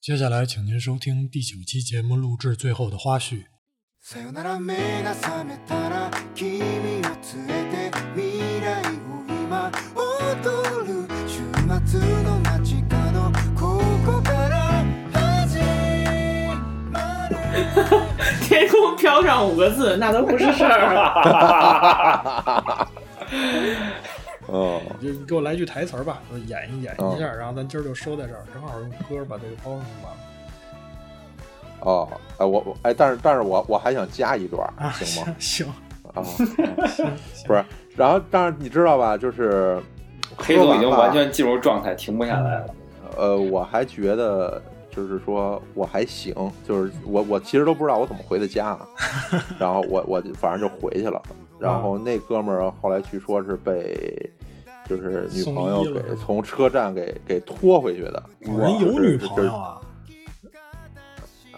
接下来，请您收听第九期节目录制最后的花絮。さよなら目が覚めたら君を連れて未来を今踊る週末の街角ここから始まる天空飘上五个字，那都不是事儿了。哦，就你给我来句台词儿吧，就是演一演嗯一下，然后咱今儿就收在这儿，正好用歌把这个包上就完了。哦，哎，我我哎，但是但是我我还想加一段儿，啊，行吗？行行， 啊， 不是，然后但是你知道吧，就是 黑说总完已经了完全进入状态，停不下来了。呃，我还觉得就是说我还行，就是我我其实都不知道我怎么回的家 啊，然后我我就反正就回去了，啊然后那哥们儿后来据说是被。就是女朋送友医了给是吧从车站给给拖回去的，人有就是女朋友啊，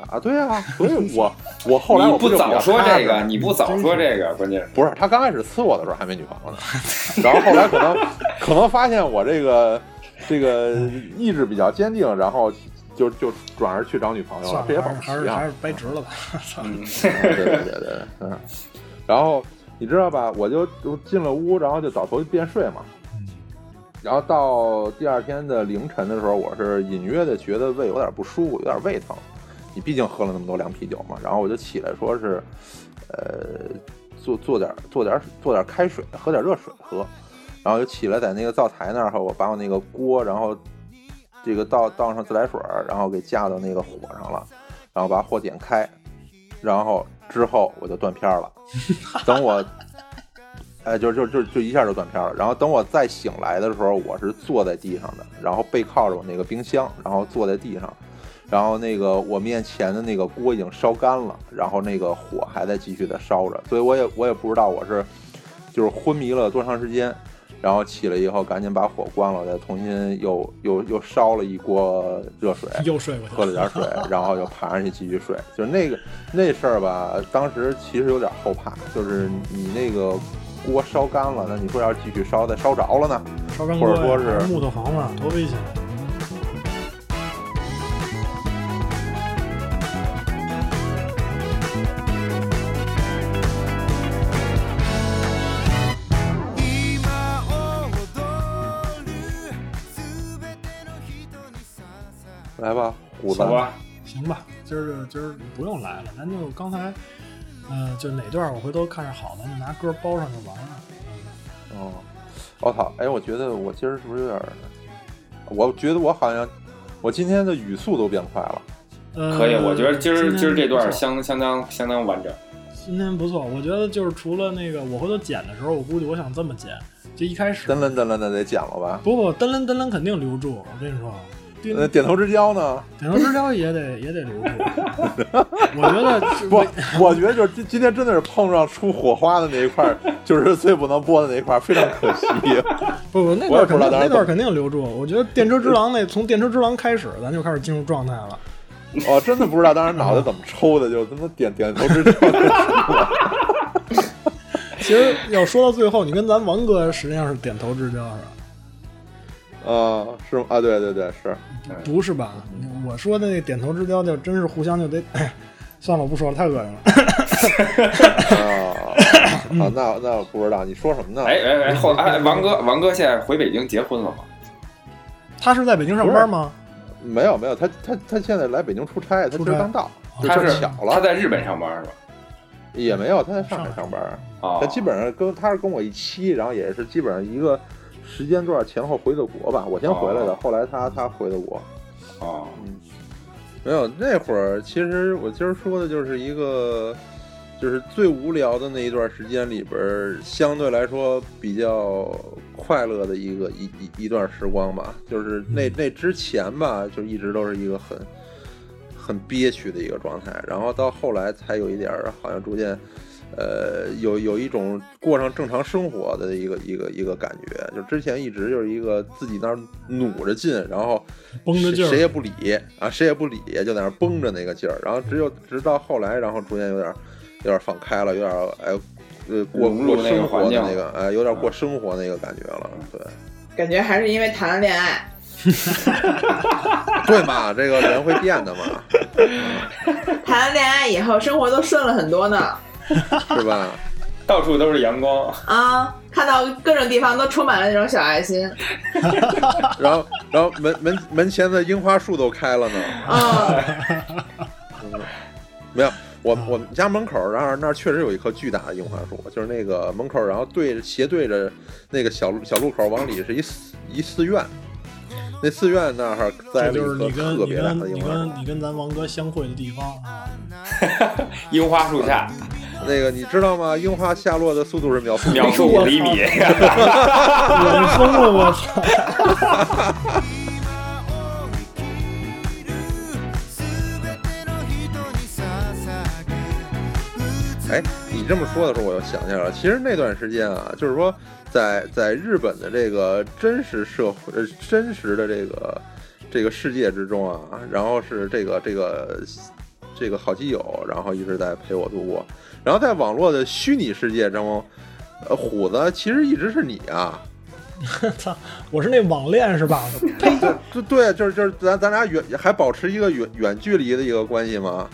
啊？对啊，所以 我我 后来你我不就比较早说踏这实个，你不早说这个，关键不是，他刚开始呲我的时候还没女朋友呢，然后后来可能可能发现我这个这个意志比较坚定，然后就就转而去找女朋友了算，这也了，保还是还持是还啊，是掰直了吧。操，是，对对对对，对嗯，然后你知道吧，我就就进了屋，然后就倒头便睡嘛，然后到第二天的凌晨的时候，我是隐约的觉得胃有点不舒服，有点胃疼。你毕竟喝了那么多凉啤酒嘛，然后我就起来说是，呃，做做点做点做点开水，喝点热水喝。然后就起来在那个灶台那儿，我把我那个锅，然后这个倒倒上自来水儿，然后给架到那个火上了，然后把火点开，然后之后我就断片儿了。等我哎，就就就就一下就断片了。然后等我再醒来的时候，我是坐在地上的，然后背靠着我那个冰箱，然后坐在地上，然后那个我面前的那个锅已经烧干了，然后那个火还在继续的烧着，所以我也我也不知道我是就是昏迷了多长时间。然后起来以后，赶紧把火关了，再重新又又又烧了一锅热水， 又睡过去喝了点水，然后就爬上去继续睡。就那个那事儿吧，当时其实有点后怕，就是你那个锅烧干了，那你说要是继续烧，再烧着了呢？烧干或锅者说呀是木头房子，多危险！今を踊る全ての人にささ来吧，虎子好，吧，行吧，今儿呃就今儿不用来了，咱就刚才，嗯，就哪段我回头看着好的，就拿歌包上就完了。哦，我操，哎，我觉得我今儿是不是有点儿？我觉得我好像，我今天的语速都变快了。嗯，可以。我觉得今儿今天今儿这不段错相相当相当完整。今天不错，我觉得就是除了那个，我回头剪的时候，我估计我想这么剪，就一开始噔楞噔楞的得讲了吧？不不，噔楞噔楞肯定留住，我跟你说，对那点头之交呢？点头之交也 得也得留住。我觉得就 不，我觉得就是今今天真的是碰上出火花的那一块儿，就是最不能播的那一块儿，非常可惜。不不，那我段也不知肯道定当时那呃段肯定留住。我觉得电车之狼那从电车之狼开始，咱就开始进入状态 了。我、哦真的不知道当时脑袋怎么抽的，就他妈点点头之交其实要说到最后，你跟咱王哥实际上是点头之交是吧？啊，是吗？啊，对对对，是不是吧？我说的那点头之交就真是互相就得， 哎算了，我不说了，太恶心了。啊，啊，那那我不知道你说什么呢？哎哎哎，后哎，王哥王哥现在回北京结婚了吗？他是在北京上班吗？没有没有，他他他现在来北京出差，他出今差儿刚到，就他正是巧他了，在日本上班是吧？也没有，他在上海上班，啊，他基本上跟他是跟我一期，然后也是基本上一个时间段前后回的国吧，我先回来的，哦后来他他回的国，啊，没有那会儿，其实我今儿说的就是一个。就是最无聊的那一段时间里边儿，相对来说比较快乐的一个一一一段时光吧。就是那那之前吧，就一直都是一个很很憋屈的一个状态，然后到后来才有一点儿好像逐渐。呃，有有一种过上正常生活的一个一个一个感觉，就之前一直就是一个自己那儿努着劲，然后绷着劲儿谁谁也不理啊，谁也不理，就在那儿绷着那个劲儿，然后只有直到后来，然后逐渐有点儿有点儿放开了，有点儿哎呃过融入过那个生活环的境那个哎，有点儿过生活那个感觉了，对。感觉还是因为谈了恋爱。对嘛，这个人会变的嘛， 谈了恋爱以后，生活都顺了很多呢。是吧？到处都是阳光，啊，看到各种地方都充满了那种小爱心。然后，然后门门门前的樱花树都开了呢。嗯，啊没有，我我们家门口，然后那儿确实有一棵巨大的樱花树，就是那个门口，然后对着斜对着那个小路小路口往里是一寺一寺院，那寺院那儿这栽了一就是棵你跟特你别大的跟樱你花树。跟你跟咱王哥相会的地方 啊，樱花树下那个你知道吗？樱花下落的速度是秒速秒速五厘米。我是疯了，我操！今を生きる全ての人に捧げ哎，你这么说的时候，我又想起来了。其实那段时间啊，就是说在，在日本的这个真实社会、呃真实的这个这个世界之中啊，然后是这个这个这个好基友，然后一直在陪我度过。然后在网络的虚拟世界中，呃，虎子其实一直是你啊， 操，我是那网恋是 吧？呸！对对，就是就是咱咱俩远还保持一个远远距离的一个关系吗？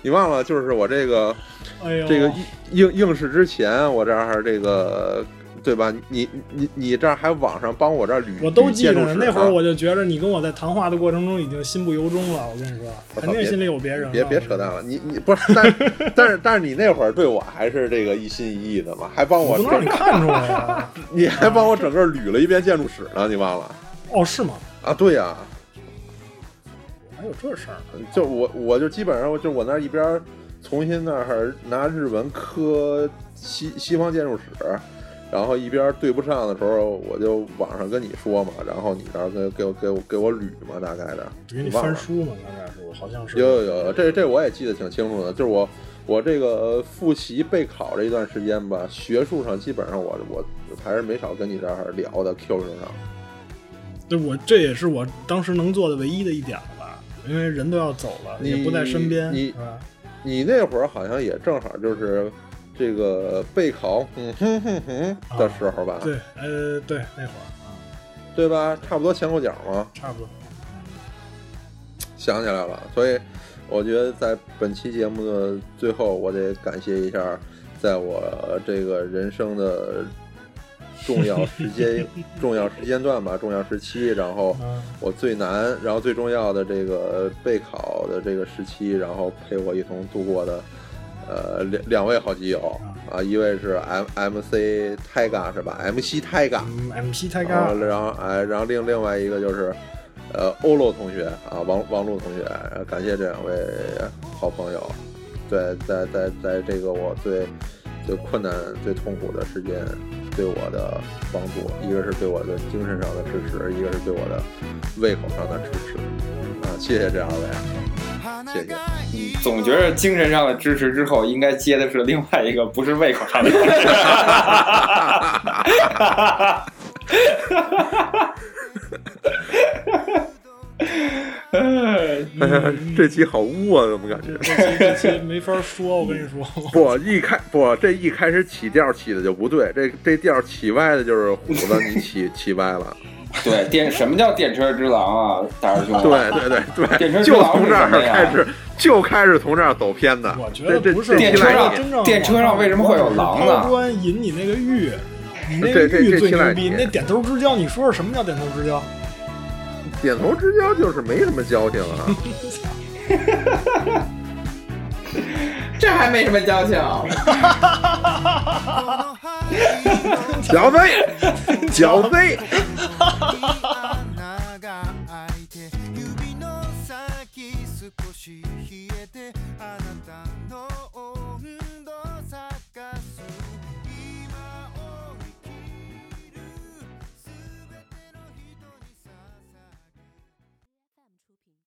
你忘了，就是我这个哎呦，这个应应应试之前，我这儿这个对吧？你你你这儿还网上帮我这儿捋，我都捋记着建筑呢。史啊那会儿呢我就觉着你跟我在谈话的过程中已经心不由衷了，我跟你说，我操肯定别心里有别人了。别别扯淡了，你你不是，但 是但是但是你那会儿对我还是这个一心一意的嘛，还帮我我不能让你整，看出来 呀。你还帮我整个捋了一遍建筑史呢，你忘了哦，是吗？啊？对呀、还有这事儿？就我我就基本上就我那儿一边儿重新那儿拿日文磕西西方建筑史，然后一边儿对不上的时候，我就网上跟你说嘛，然后你那儿给给我给我给我捋嘛，大概的。给你忘翻了书嘛？刚才是，好像是。有有有，这这我也记得挺清楚的，就是我我这个呃复习备考这一段时间吧，学术上基本上我我还是没少跟你这儿聊的 QQ 上。对我这也是我当时能做的唯一的一点了吧，因为人都要走了，你也不在身边，你是吧？你那会儿好像也正好就是这个备考，嗯哼哼哼的时候吧，对，呃，对，那会儿对吧？差不多前后脚嘛，差不多。想起来了。所以我觉得在本期节目的最后，我得感谢一下，在我这个人生的重要时间、重要时间段吧，重要时期，然后嗯，我最难，然后最重要的这个备考的这个时期，然后陪我一同度过的，呃，两两位好基友啊，一位是 M M C Tiger 是吧？MC Tiger，嗯，MC 太然尬后，然后哎，然后另另外一个就是，呃，欧洛同学啊，王王璐同学，呃感谢这两位好朋友，对，在在在这个我最最困难、最痛苦的时间对我的帮助，一个是对我的精神上的支持，一个是对我的胃口上的支持，啊，谢谢这两位，谢谢。总觉得精神上的支持之后，应该接的是另外一个，不是胃口上的支持。 这期好污啊，怎么感觉？这期没法说，我跟你说，不，一开不，这一开始起调起的就不对，这这调起歪的就是虎子，你起起歪了。对，电什么叫电车之狼啊，大师兄？对对对 电对，车之就狼从是这儿什么呀开始，就开始从这儿走偏的。我觉这得这不是这电期车啊来上你真正电车上为什么会有狼啊呢高端引你那个欲，你那这个这欲这最期牛赖逼。你那点头之交，你说说什么叫点头之交？点头之交就是没什么交情 啊。这还没什么交情。 剿贼，剿贼，